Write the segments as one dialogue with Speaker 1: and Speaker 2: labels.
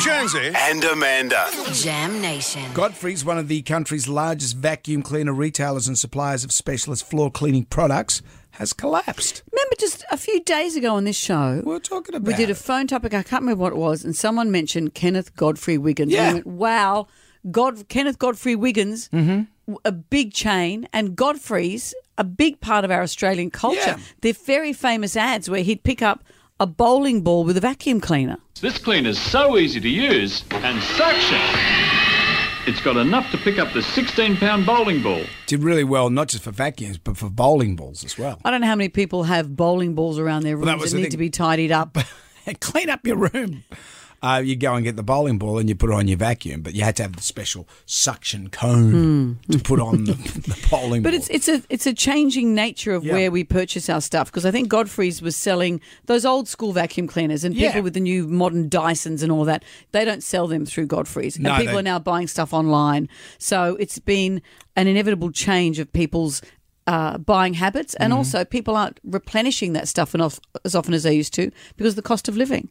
Speaker 1: Jonesy.
Speaker 2: and Amanda.
Speaker 3: Jam Nation.
Speaker 4: Godfrey's one of the country's largest vacuum cleaner retailers and suppliers of specialist floor cleaning products has collapsed.
Speaker 5: Remember, just a few days ago on this show,
Speaker 4: We were talking about
Speaker 5: we did a
Speaker 4: it.
Speaker 5: phone topic. I can't remember what it was, and someone mentioned Kenneth Godfrey Wiggins. And
Speaker 4: Yeah.
Speaker 5: I went, wow, God, Kenneth Godfrey Wiggins,
Speaker 4: Mm-hmm.
Speaker 5: w- a big chain, and Godfrey's a big part of our Australian culture.
Speaker 4: Yeah.
Speaker 5: They're very famous ads where he'd pick up a bowling ball with a vacuum cleaner.
Speaker 6: This cleaner's so easy to use and suction. It's got enough to pick up the 16 pound bowling ball.
Speaker 4: Did really well, not just for vacuums, but for bowling balls as well.
Speaker 5: I don't know how many people have bowling balls around their rooms
Speaker 4: that
Speaker 5: that,
Speaker 4: was the
Speaker 5: need
Speaker 4: thing.
Speaker 5: to be tidied up.
Speaker 4: Clean up your room. Uh, you go and get the bowling ball and you put it on your vacuum, but you had to have the special suction cone to put on the, the bowling
Speaker 5: But
Speaker 4: ball.
Speaker 5: it's it's a it's a changing nature of
Speaker 4: Yeah.
Speaker 5: where we purchase our stuff because I think Godfrey's was selling those old school vacuum cleaners and
Speaker 4: Yeah.
Speaker 5: people with the new modern Dysons and all that they don't sell them through Godfrey's
Speaker 4: No,
Speaker 5: and people
Speaker 4: they-
Speaker 5: are now buying stuff online. So it's been an inevitable change of people's. Uh, buying habits, and
Speaker 4: Mm-hmm.
Speaker 5: also people aren't replenishing that stuff enough as often as they used to because of the cost of living.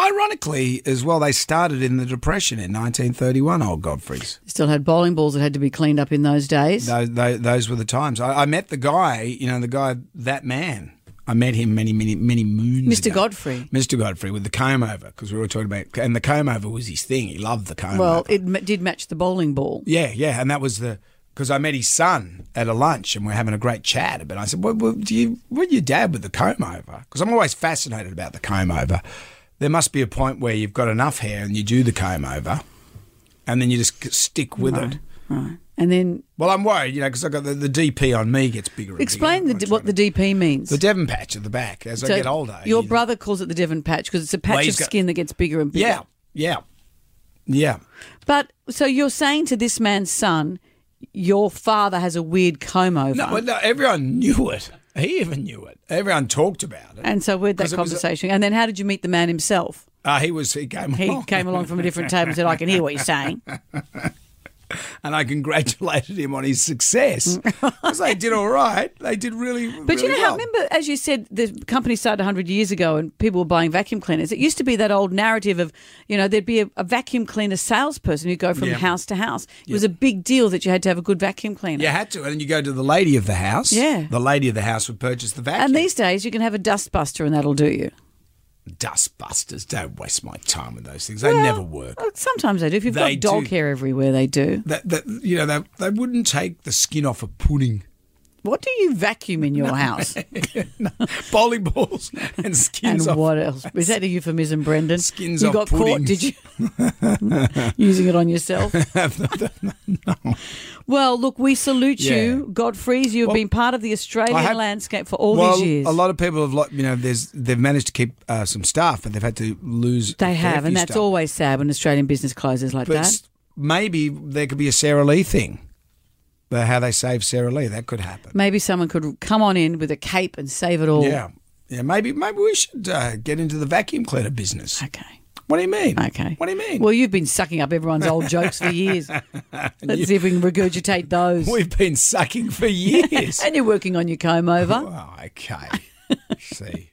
Speaker 4: Ironically, as well, they started in the Depression in 1931, old Godfrey's.
Speaker 5: They still had bowling balls that had to be cleaned up in those days.
Speaker 4: Those, those, those were the times. I, I met the guy, you know, the guy, that man. I met him many, many, many moons
Speaker 5: Mr.
Speaker 4: ago.
Speaker 5: Godfrey.
Speaker 4: Mr. Godfrey with the comb over, because we were talking about, and the comb over was his thing. He loved the comb
Speaker 5: well,
Speaker 4: over.
Speaker 5: it ma- did match the bowling ball.
Speaker 4: yeah, yeah. And that was the, because I met his son at a lunch and we are having a great chat. But I said, what, what do you, what your dad with the comb over? Because I'm always fascinated about the comb over. There must be a point where you've got enough hair and you do the comb over and then you just c- stick with it.
Speaker 5: Right. And then
Speaker 4: Well, I'm worried, you know, because I got the, the DP on me gets bigger. and
Speaker 5: Explain
Speaker 4: bigger.
Speaker 5: the, what the DP means.
Speaker 4: the Devon patch at the back as
Speaker 5: So
Speaker 4: I get older.
Speaker 5: Your
Speaker 4: you-
Speaker 5: brother calls it the Devon patch because it's a patch
Speaker 4: Well,
Speaker 5: of
Speaker 4: he's got-
Speaker 5: skin that gets bigger and bigger.
Speaker 4: yeah, yeah, yeah.
Speaker 5: But so you're saying to this man's son, your father has a weird comb over.
Speaker 4: No, well, no, everyone knew it. He even knew it. Everyone talked about it.
Speaker 5: and so where'd that
Speaker 4: 'Cause it was a-
Speaker 5: conversation? and then how did you meet the man himself?
Speaker 4: Uh, he was he came
Speaker 5: He
Speaker 4: along,
Speaker 5: came along from a different table and said, I can hear what you're saying.
Speaker 4: and I congratulated him on his success because they did all right. They did really.
Speaker 5: But you know how, remember, as you said, the company started 100 years ago and people were buying vacuum cleaners. It used to be that old narrative of, you know, there'd be a, a vacuum cleaner salesperson who'd go from
Speaker 4: Yeah.
Speaker 5: house to house. It was a big deal that you had to have a good vacuum cleaner.
Speaker 4: you had to, and then you go to the lady of the house.
Speaker 5: Yeah.
Speaker 4: the lady of the house would purchase the vacuum.
Speaker 5: And these days, you can have a dustbuster, and that'll do you.
Speaker 4: dustbusters don't waste my time with those things. They never work.
Speaker 5: Well, Sometimes they do. If you've
Speaker 4: They
Speaker 5: got dog
Speaker 4: do.
Speaker 5: hair everywhere, they do.
Speaker 4: That, that you know they, they wouldn't take the skin off a pudding.
Speaker 5: What do you vacuum in your house?
Speaker 4: bowling balls and skins
Speaker 5: And
Speaker 4: off.
Speaker 5: what else? Is that a euphemism, Brendan?
Speaker 4: Skins
Speaker 5: you
Speaker 4: off
Speaker 5: got caught,
Speaker 4: pudding.
Speaker 5: did you? Using it on yourself. Well, look, we salute you, Godfrey's. You've
Speaker 4: Well,
Speaker 5: been part of the Australian
Speaker 4: I have-
Speaker 5: landscape for all
Speaker 4: well,
Speaker 5: these years.
Speaker 4: a lot of people have, like, you know, there's they've managed to keep uh, some staff, but they've had to lose.
Speaker 5: they
Speaker 4: a fair
Speaker 5: have,
Speaker 4: few
Speaker 5: and that's
Speaker 4: staff.
Speaker 5: always sad when Australian business closes like
Speaker 4: But
Speaker 5: that.
Speaker 4: s- maybe there could be a Sarah Lee thing, but how they save Sarah Lee that could happen.
Speaker 5: Maybe someone could come on in with a cape and save it all.
Speaker 4: Yeah, yeah. Maybe maybe we should uh, get into the vacuum cleaner business.
Speaker 5: Okay.
Speaker 4: What do you mean?
Speaker 5: Okay.
Speaker 4: What do you mean?
Speaker 5: Well, you've been sucking up everyone's old jokes for years. Let's see if we can regurgitate those.
Speaker 4: We've been sucking for years.
Speaker 5: and you're working on your comb over.
Speaker 4: oh, okay. See.